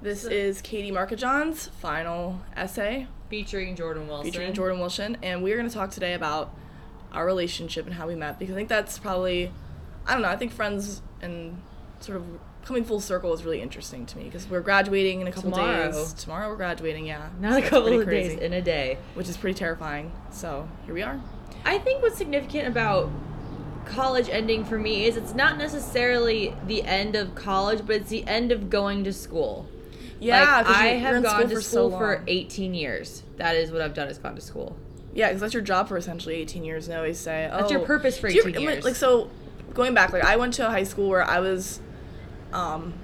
This is Katie Markajohn's final essay Featuring Jordan Wilson. featuring Jordan Wilson, and we're going to talk today about our relationship and how we met because I think that's probably, I don't know, I think friends and sort of coming full circle is really interesting to me because we're graduating in a couple Tomorrow. days. Tomorrow we're graduating, yeah. Not So a it's couple pretty of days, crazy, in a day. which is pretty terrifying. So here we are. I think what's significant about college ending for me is it's not necessarily the end of college, but it's the end of going to school. Yeah, like, 'cause I you're- you're have in gone school to for so school for long. 18 years. That is what I've done is gone to school. Yeah, because that's your job for essentially 18 years. And they always say, oh, That's your purpose for do you- 18 I'm like- years. Like, so going back, like, I went to a high school where I was, um,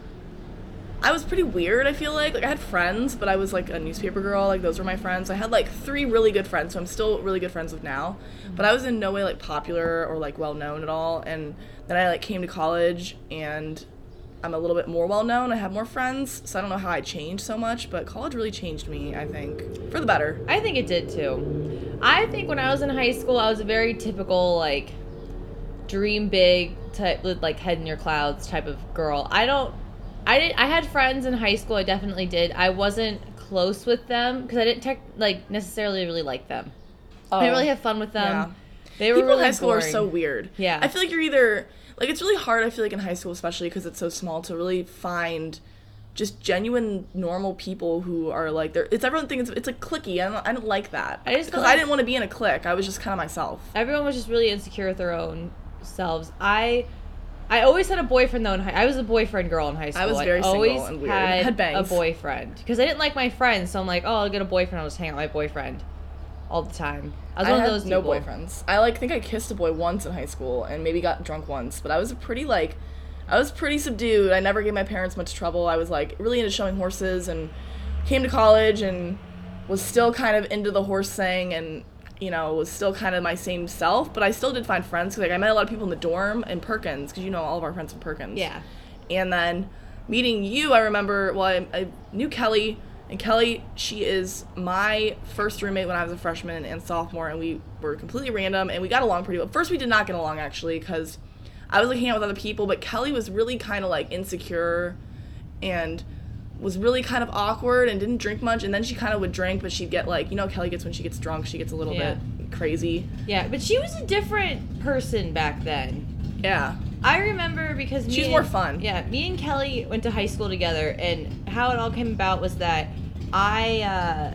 I was pretty weird, I feel like. Like, I had friends, but I was like a newspaper girl. Like, those were my friends. I had like three really good friends, so I'm still really good friends with now. Mm-hmm. But I was in no way like popular or like well known at all. And then I like came to college and I'm a little bit more well known. I have more friends, so I don't know how I changed so much, but college really changed me, I think, for the better. I think it did too. I think when I was in high school, I was a very typical like dream big type, with, like head in your clouds type of girl. I don't. I did. I had friends in high school. I definitely did. I wasn't close with them because I didn't tech, like necessarily really like them. I didn't Oh. really have fun with them. Yeah. They were people really in high school are boring. so weird. Yeah. I feel like you're either like it's really hard. I feel like in high school, especially because it's so small, to really find just genuine normal people who are like they're it's everyone thinks it's, it's like clicky. I don't, I don't like that. I just feel because I like- didn't want to be in a clique. I was just kind of myself. everyone was just really insecure with their own selves. I I always had a boyfriend though. In high, I was a boyfriend girl in high school. was very single always and weird. Had, Had a bangs. boyfriend because I didn't like my friends, so I'm like, oh, I'll get a boyfriend. I'll just hang out with my boyfriend all the time. I was I one had of those no people. boyfriends. I like think I kissed a boy once in high school and maybe got drunk once, but I was a pretty like I was pretty subdued. I never gave my parents much trouble. I was like really into showing horses and came to college and was still kind of into the horse thing and you know was still kind of my same self, but I still did find friends. 'cause, like I met a lot of people in the dorm in Perkins because you know all of our friends in Perkins Yeah. and then meeting you i remember well I, I knew kelly and kelly she is my first roommate when i was a freshman and sophomore and we were completely random and we got along pretty well first we did not get along actually because i was like hanging out with other people but kelly was really kind of like insecure and was really kind of awkward and didn't drink much and then she kind of would drink but she'd get like you know how kelly gets when she gets drunk she gets a little Yeah. bit crazy Yeah, but she was a different person back then. yeah I remember because me She's and- more fun. Yeah, me and Kelly went to high school together, and how it all came about was that I uh,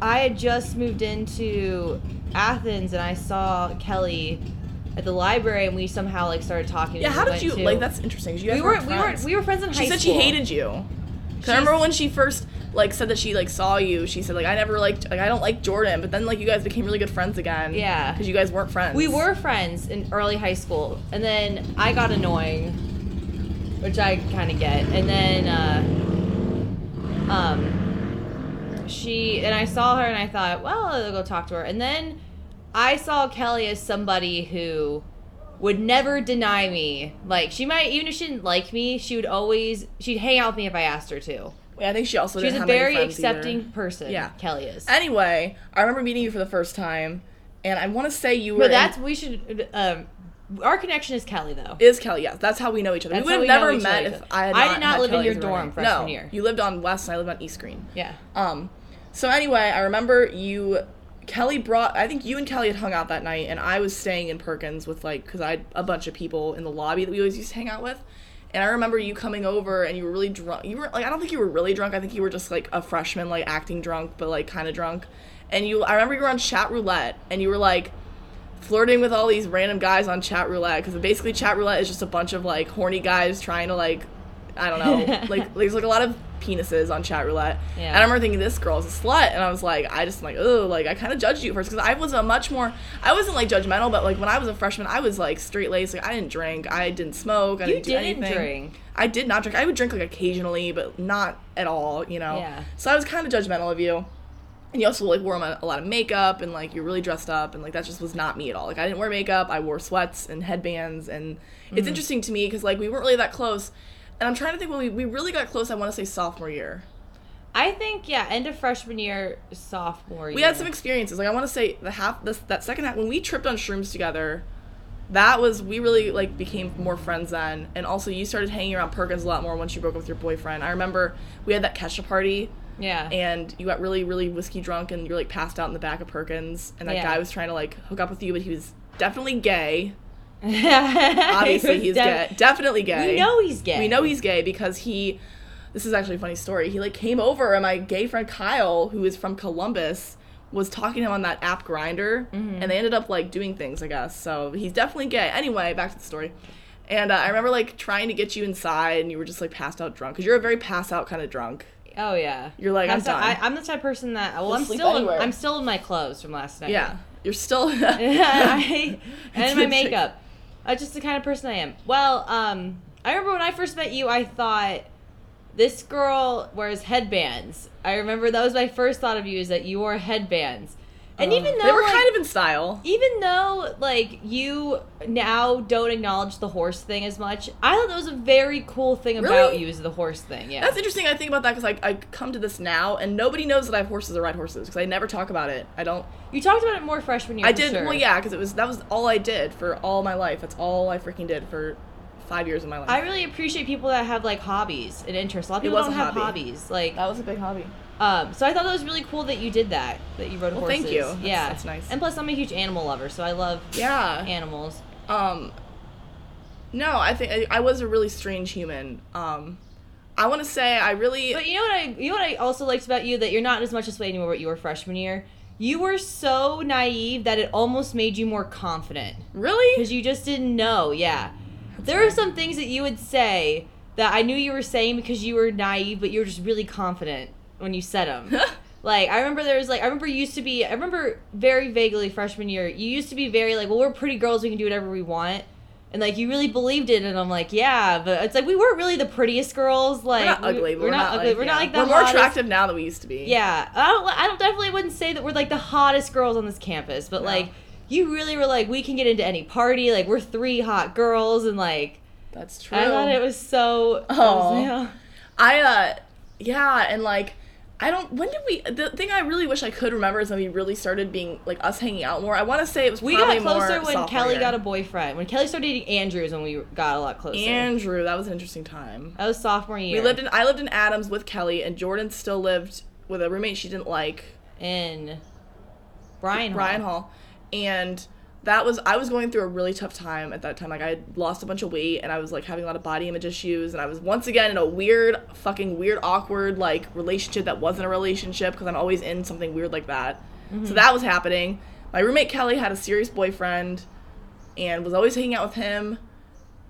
I had just moved into Athens, and I saw Kelly at the library, and we somehow like started talking. yeah and how we did went you to- like that's interesting 'cause you guys We weren't. We friends. weren't. We were friends in high She said school. she hated you. 'Cause I She's- remember when she first like said that she like saw you. She said like I never liked like I don't like Jordan, but then like you guys became really good friends again. Yeah. because you guys weren't friends. We were friends in early high school, and then I got annoying, which I kind of get. And then, uh, um, she and I saw her, and I thought, well, I'll go talk to her. And then I saw Kelly as somebody who would never deny me. Like she might, even if she didn't like me, she would always she'd hang out with me if I asked her to. Yeah, I think she also She's didn't a have many very friends either. accepting person. Yeah. Kelly is. Anyway, I remember meeting you for the first time, and I want to say you were. But in- that's we should. Um, our connection is Kelly though. is Kelly. Yes, that's how we know each other. That's we how would we have never know each met other. if I had. I not did not met live in Kelly your as a roommate. dorm freshman no, year. You lived on West, and I lived on East Green. Yeah. Um, so anyway, I remember you, Kelly brought. I think you and Kelly had hung out that night, and I was staying in Perkins with like, cause I had a bunch of people in the lobby that we always used to hang out with. And I remember you coming over, and you were really drunk. You were like, I don't think you were really drunk. I think you were just like a freshman, like acting drunk, but like kind of drunk. And you, I remember you were on chat roulette, and you were like flirting with all these random guys on chat roulette because basically chat roulette is just a bunch of like horny guys trying to like i don't know like there's like a lot of penises on chat roulette Yeah. and i remember thinking this girl's a slut and i was like i just like oh like i kind of judged you first because i was a much more i wasn't like judgmental but like when i was a freshman i was like straight laced like i didn't drink i didn't smoke i You didn't do didn't anything drink. i did not drink i would drink like occasionally but not at all you know Yeah. so i was kind of judgmental of you and you also like wore a lot of makeup and like you're really dressed up and like that just was not me at all. Like I didn't wear makeup. I wore sweats and headbands and it's interesting to me because like we weren't really that close. And I'm trying to think when we, we really got close. I want to say sophomore year. I think yeah, end of freshman year, sophomore year. We had some experiences. Like I want to say the half this that second half when we tripped on shrooms together. that was we really like became more friends then and also you started hanging around perkins a lot more once you broke up with your boyfriend i remember we had that catch a party Yeah. and you got really really whiskey drunk and you were like passed out in the back of perkins and that Yeah. guy was trying to like hook up with you but he was definitely gay Obviously, obviously he's gay definitely gay We know he's gay. we know he's gay because he this is actually a funny story he like came over and my gay friend kyle who is from columbus was talking to him on that app grinder Mm-hmm. and they ended up like doing things i guess so he's definitely gay anyway back to the story and uh, i remember like trying to get you inside and you were just like passed out drunk because you're a very pass out kind of drunk Oh yeah. You're like, I'm so- done. I, I'm the type of person that. Well, I'm sleep still. anywhere. I'm still in my clothes from last night. yeah you're still I, It's and my a trick. makeup. That's just the kind of person I am. Well, um, I remember when I first met you, I thought this girl wears headbands. I remember that was my first thought of you is that you wore headbands, and even though Oh. they were like, kind of in style even though like you now don't acknowledge the horse thing as much, I thought that was a very cool thing Really? about you is the horse thing. Yeah. That's interesting. I think about that because I, I come to this now, and nobody knows that I have horses or ride horses because I never talk about it. I don't. you talked about it more freshman year. I for did. sure. Well, yeah, because it was that was all I did for all my life. That's all I freaking did for five years of my life. I really appreciate people that have like hobbies and interests. A lot of It people was don't a have hobby. hobbies. Like, that was a big hobby. um, so I thought that was really cool that you did that. That you rode Well, horses. thank you. That's- yeah, that's nice. And plus, I'm a huge animal lover, so I love Yeah. animals. Um. No, I think I, I was a really strange human. Um, I want to say I really. But you know what I you know what I also liked about you that you're not as much this way anymore. But you were freshman year. You were so naive that it almost made you more confident really? because you just didn't know. Yeah, there are some things that you would say that I knew you were saying because you were naive, but you were just really confident when you said them. Like I remember there was like I remember you used to be I remember very vaguely freshman year you used to be very like well we're pretty girls we can do whatever we want and like you really believed it and I'm like yeah but it's like we weren't really the prettiest girls like we're not ugly. but we're, not, ugly we're not yeah. like the We're more hottest- attractive now than we used to be. yeah I don't I don't definitely wouldn't say that we're like the hottest girls on this campus but No. like you really were like we can get into any party like we're three hot girls and like That's true. Oh. I thought it was so I was- Aw. yeah. I uh yeah, and like I don't when did we the thing I really wish I could remember is when we really started being like us hanging out more. I want to say it was we probably got closer more when sophomore Kelly year. got a boyfriend when Kelly started dating Andrews when we got a lot closer. Andrew, that was an interesting time. That was sophomore year. We lived in I lived in Adams with Kelly and Jordan still lived with a roommate she didn't like, in Brian Hall. Brian Hall. And that was I was going through a really tough time at that time. Like I had lost a bunch of weight and I was like having a lot of body image issues and I was once again in a weird fucking weird awkward like relationship that wasn't a relationship because I'm always in something weird like that. So that was happening. My roommate Kelly had a serious boyfriend and was always hanging out with him.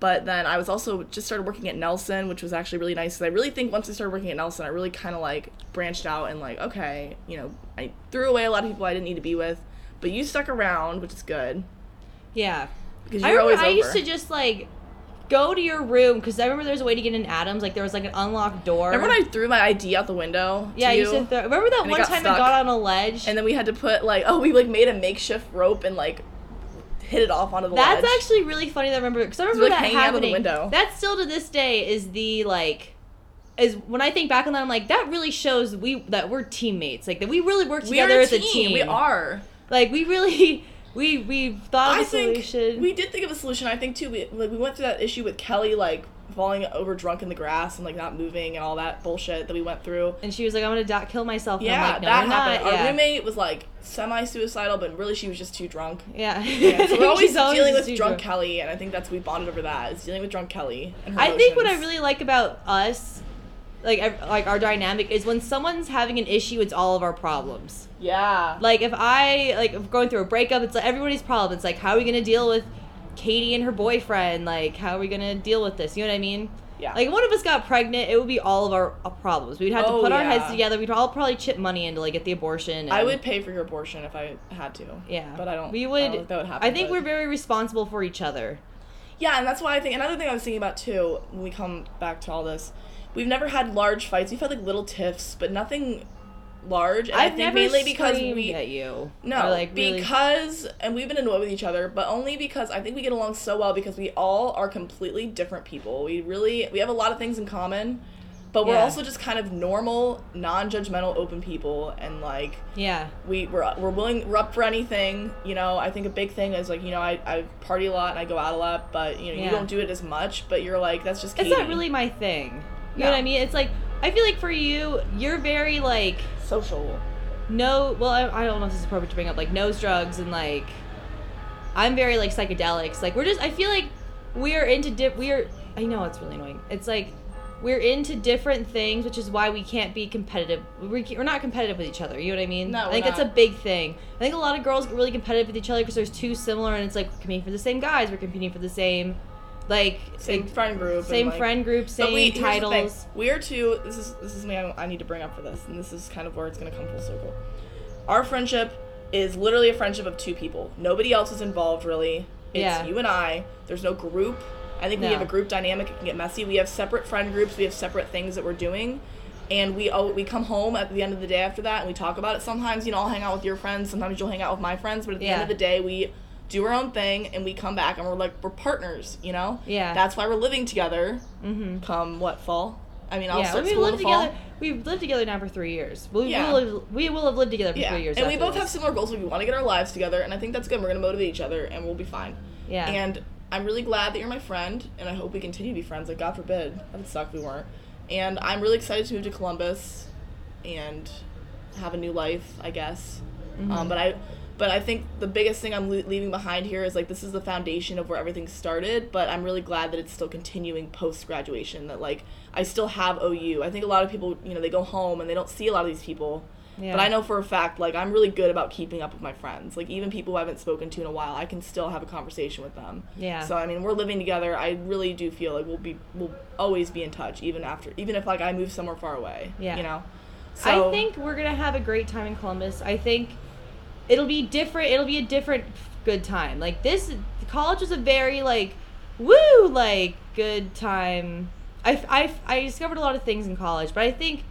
But then I was also just started working at Nelson, which was actually really nice. Cause I really think once I started working at Nelson, I really kind of like branched out and like, okay, you know, I threw away a lot of people I didn't need to be with. But you stuck around, which is good Yeah. because I you're remember always over. I used to just like go to your room because I remember there was a way to get in Adams. Like there was like an unlocked door. Remember when I threw my ID out the window? yeah, to I you. used to throw, remember that and it one got time stuck. I got on a ledge. and then we had to put like, oh, we like made a makeshift rope and like hit it off onto the that's ledge. actually really funny that I remember because I remember like, that hanging out of the happening. window. That still to this day is the like. Is when I think back on that, I'm like, that really shows we that we're teammates. Like that we really work we together are a as team. a team. We are. Like we really, we we thought I of a think solution. we did think of a solution. I think too. We like we went through that issue with Kelly like falling over drunk in the grass and like not moving and all that bullshit that we went through. And she was like, I'm gonna dot kill myself. And Yeah, I'm like, no, that you're happened. not. Our yeah. roommate was like semi-suicidal, but really she was just too drunk. yeah. Yeah, so we're always She's dealing with just drunk, Kelly, and I think that's we bonded over that is dealing with drunk Kelly. And her I think what I emotions. really like about us, like ev- like our dynamic, is when someone's having an issue, it's all of our problems. yeah Like if I like if going through a breakup, it's like everybody's problem. It's like how are we gonna deal with Katie and her boyfriend? Like how are we gonna deal with this? You know what I mean? yeah Like if one of us got pregnant, it would be all of our uh, problems. We'd have to Oh, put our yeah. heads together. We'd all probably chip money into like get the abortion. And, I would pay for your abortion if I had to. Yeah. But I don't. We I would. don't think that would happen. I think but- we're very responsible for each other. Yeah, and that's why I think another thing I was thinking about too when we come back to all this, we've never had large fights. We've had like little tiffs, but nothing large. And I I've think never mainly because screamed we at you. no Or, like really- because and we've been annoyed with each other, but only because I think we get along so well because we all are completely different people. We really we have a lot of things in common. But we're Yeah. also just kind of normal, non-judgmental, open people, and like Yeah. we we're, we're willing we're up for anything you know i think a big thing is like you know i, I party a lot and i go out a lot but you know Yeah. you don't do it as much but you're like that's just Katie. It's not really my thing. You know No. what I mean? It's like I feel like for you, you're very like social no. Well, I, I don't know if this is appropriate to bring up. Like nose drugs and like I'm very like psychedelics. Like we're just I feel like we're into dip. We're I know it's really annoying. It's like we're into different things, which is why we can't be competitive. We ca- We're not competitive with each other. You know what I mean? No, I we're think that's a not. big thing. I think a lot of girls get really competitive with each other because there's two similar, and it's like we're competing for the same guys. We're competing for the same. Like same it- friend group and, same like- friend group, but same we, here's the thing. titles. we are two this is this is me I, I need to bring up for this and this is kind of where it's going to come full circle our friendship is literally a friendship of two people nobody else is involved really it's Yeah. you and i there's no group i think No. we have a group dynamic it can get messy we have separate friend groups we have separate things that we're doing and we all, we come home at the end of the day after that and we talk about it sometimes you know i'll hang out with your friends sometimes you'll hang out with my friends but at the end Yeah. of the day we do our own thing and we come back and we're like we're partners you know Yeah. that's why we're living together Mm-hmm. come what fall? I mean, I'll Yeah, start we've school in lived the fall. together. We've lived together now for three years. We Yeah. will. Have, we will have lived together for Yeah, three years. and we after both have this. similar goals. We want to get our lives together, and I think that's good. We're gonna motivate each other, and we'll be fine. Yeah. And I'm really glad that you're my friend, and I hope we continue to be friends. Like God forbid, that would suck if we weren't. And I'm really excited to move to Columbus, and have a new life, I guess. Mm-hmm. Um, but I, but I think the biggest thing I'm le- leaving behind here is like this is the foundation of where everything started. But I'm really glad that it's still continuing post graduation. That like I still have OU. I think a lot of people, you know, they go home and they don't see a lot of these people. Yeah. But I know for a fact, like I'm really good about keeping up with my friends. Like even people who I haven't spoken to in a while, I can still have a conversation with them. Yeah. So I mean, we're living together. I really do feel like we'll be we'll always be in touch, even after, even if like I move somewhere far away. Yeah. You know. So I think we're gonna have a great time in Columbus. I think it'll be different. It'll be a different good time. Like this, college is a very like woo like good time. I I I discovered a lot of things in college, but I think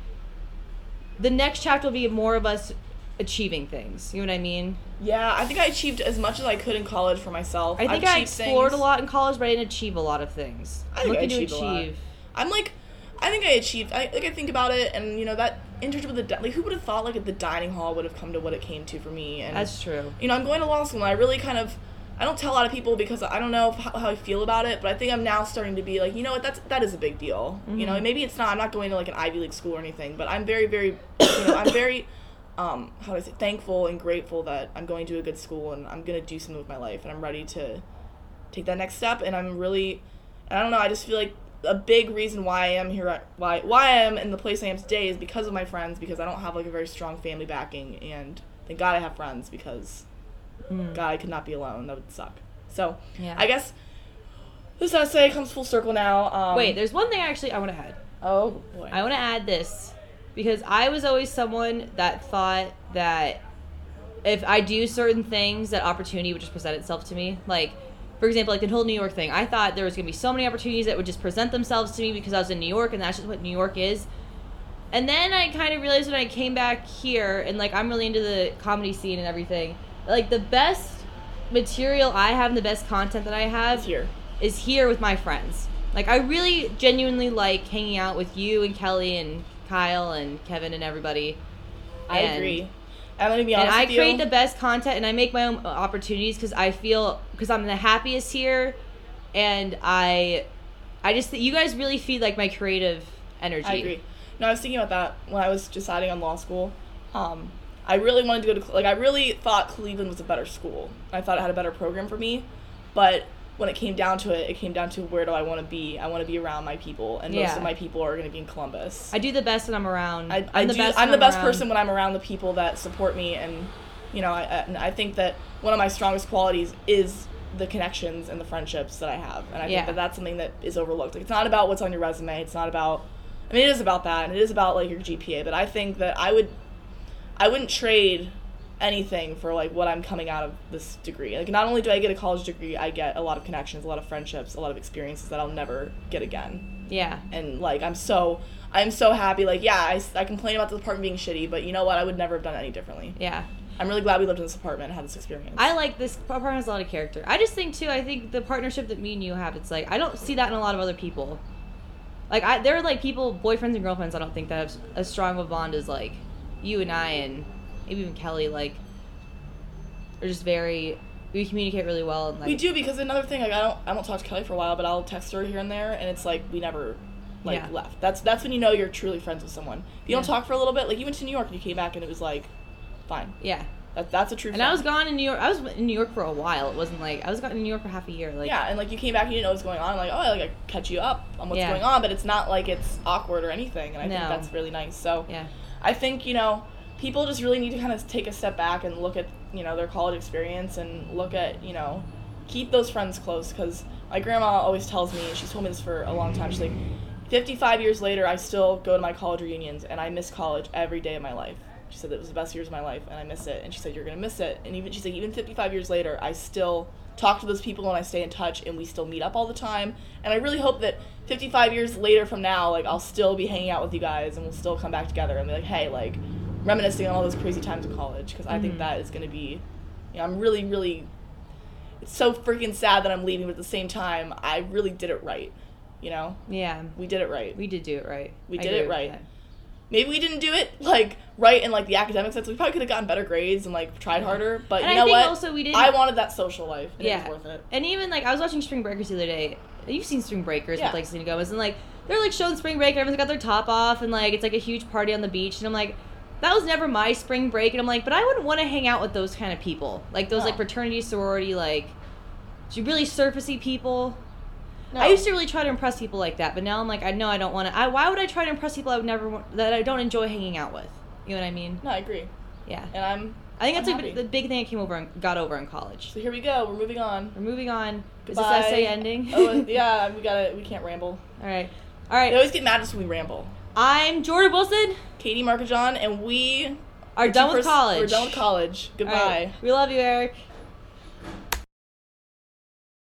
the next chapter will be more of us achieving things. You know what I mean? Yeah, I think I achieved as much as I could in college for myself. I I've think I achieved explored things- a lot in college, but I didn't achieve a lot of things. I think I Looking achieved to a lot. achieve. I'm like, I think I achieved. I like I think about it, and you know that internship with the di- like who would have thought like the dining hall would have come to what it came to for me. And That's true. you know I'm going to law school. and I really kind of I don't tell a lot of people because I don't know if, how, how I feel about it, but I think I'm now starting to be like you know what that's that is a big deal. You know maybe it's not. I'm not going to like an Ivy League school or anything, but I'm very very you know I'm very. Um, how do I say thankful and grateful that I'm going to a good school and I'm gonna do something with my life and I'm ready to take that next step and i'm really i don't know i just feel like a big reason why i am here why why i am in the place i am today is because of my friends because i don't have like a very strong family backing and thank god i have friends because god i could not be alone that would suck so Yeah. i guess this essay comes full circle now um, Wait, there's one thing actually I want to add. oh boy I want to add this because I was always someone that thought that if I do certain things, that opportunity would just present itself to me. Like, for example, like the whole New York thing. I thought there was going to be so many opportunities that would just present themselves to me because I was in New York, and that's just what New York is. And then I kind of realized when I came back here, and like I'm really into the comedy scene and everything. Like the best material I have, and the best content that I have It's here is here with my friends. Like I really genuinely like hanging out with you and Kelly and Kyle and Kevin and everybody. i And- agree i'm gonna be And honest I with you. create the best content and I make my own opportunities because I feel because I'm the happiest here, and I, I just you guys really feed like my creative energy. I agree. No, I was thinking about that when I was deciding on law school. Um, I really wanted to go to Cle- like I really thought Cleveland was a better school. I thought it had a better program for me, but when it came down to it, it came down to where do I want to be? I want to be around my people, and most Yeah. of my people are going to be in Columbus. I do the best when I'm around. I, I I'm do. best I'm when the best around. person when I'm around the people that support me, and you know, I, I, and I think that one of my strongest qualities is the connections and the friendships that I have, and I Yeah. think that that's something that is overlooked. Like, it's not about what's on your resume. It's not about. I mean, it is about that, and it is about like your GPA. But I think that I would, I wouldn't trade anything for like what I'm coming out of this degree. Like, not only do I get a college degree, I get a lot of connections, a lot of friendships, a lot of experiences that I'll never get again Yeah. and like i'm so i'm so happy like yeah I, s- I complain about this apartment being shitty but you know what i would never have done any differently Yeah. i'm really glad we lived in this apartment and had this experience I like this partner has a lot of character. I just think too. I think the partnership that me and you have, it's like I don't see that in a lot of other people. Like I, there are like people, boyfriends and girlfriends. I don't think that have s- as strong of a bond as like you and I and maybe even Kelly. Like, are just very we communicate really well. And, like, We do because another thing, like I don't, I don't talk to Kelly for a while, but I'll text her here and there, and it's like we never, like Yeah. left. That's that's when you know you're truly friends with someone. If you don't Yeah. talk for a little bit, like you went to New York and you came back, and it was like, fine. Yeah. That that's a true. And I friend. was gone in New York. I was in New York for a while. It wasn't like I was gone in New York for half a year. Like yeah, and like you came back, and you didn't know what was going on. Like oh, I, like I catch you up on what's Yeah. going on, but it's not like it's awkward or anything, and I think No. that's really nice. So yeah, I think you know people just really need to kind of take a step back and look at you know their college experience and look at you know keep those friends close because my grandma always tells me and she's told me this for a long time she's like 55 years later i still go to my college reunions and i miss college every day of my life she said it was the best years of my life and i miss it and she said you're gonna miss it and even she said even 55 years later i still talk to those people and i stay in touch and we still meet up all the time and i really hope that 55 years later from now like i'll still be hanging out with you guys and we'll still come back together and be like hey like reminiscing on all those crazy times in college because i think Mhm. that is gonna be you know, i'm really really it's so freaking sad that I'm leaving, but at the same time, I really did it right. You know, yeah. we did it right. We did do it right. We I did agree it with right. that. Maybe we didn't do it like right in like the academic sense. We probably could have gotten better grades and like tried harder. But you And I know think what? also we didn't. I wanted that social life. And Yeah. it was worth it. and even like I was watching Spring Breakers the other day. You've seen Spring Breakers Yeah. with like Selena Gomez, and like they're like showing Spring Break, and everyone's got their top off, and like it's like a huge party on the beach, and I'm like. That was never my spring break, and I'm like, but I wouldn't want to hang out with those kind of people, like those No. like fraternity, sorority, like, really surfacey people. No. I used to really try to impress people like that, but now I'm like, I know I don't want to. I why would I try to impress people I would never want, that I don't enjoy hanging out with? You know what I mean? No, I agree. Yeah. And I'm. I think that's I'm a, bit- happy. the big thing I came over and got over in college. So here we go. We're moving on. We're moving on. Goodbye. Is this essay ending? oh uh, yeah, we gotta. We can't ramble. All right. They All right. always get mad at us when we ramble. I'm Jordan Wilson. Katie Markajon and we Are done two with pers- college. We're done with college. All Goodbye. right. We love you, Eric.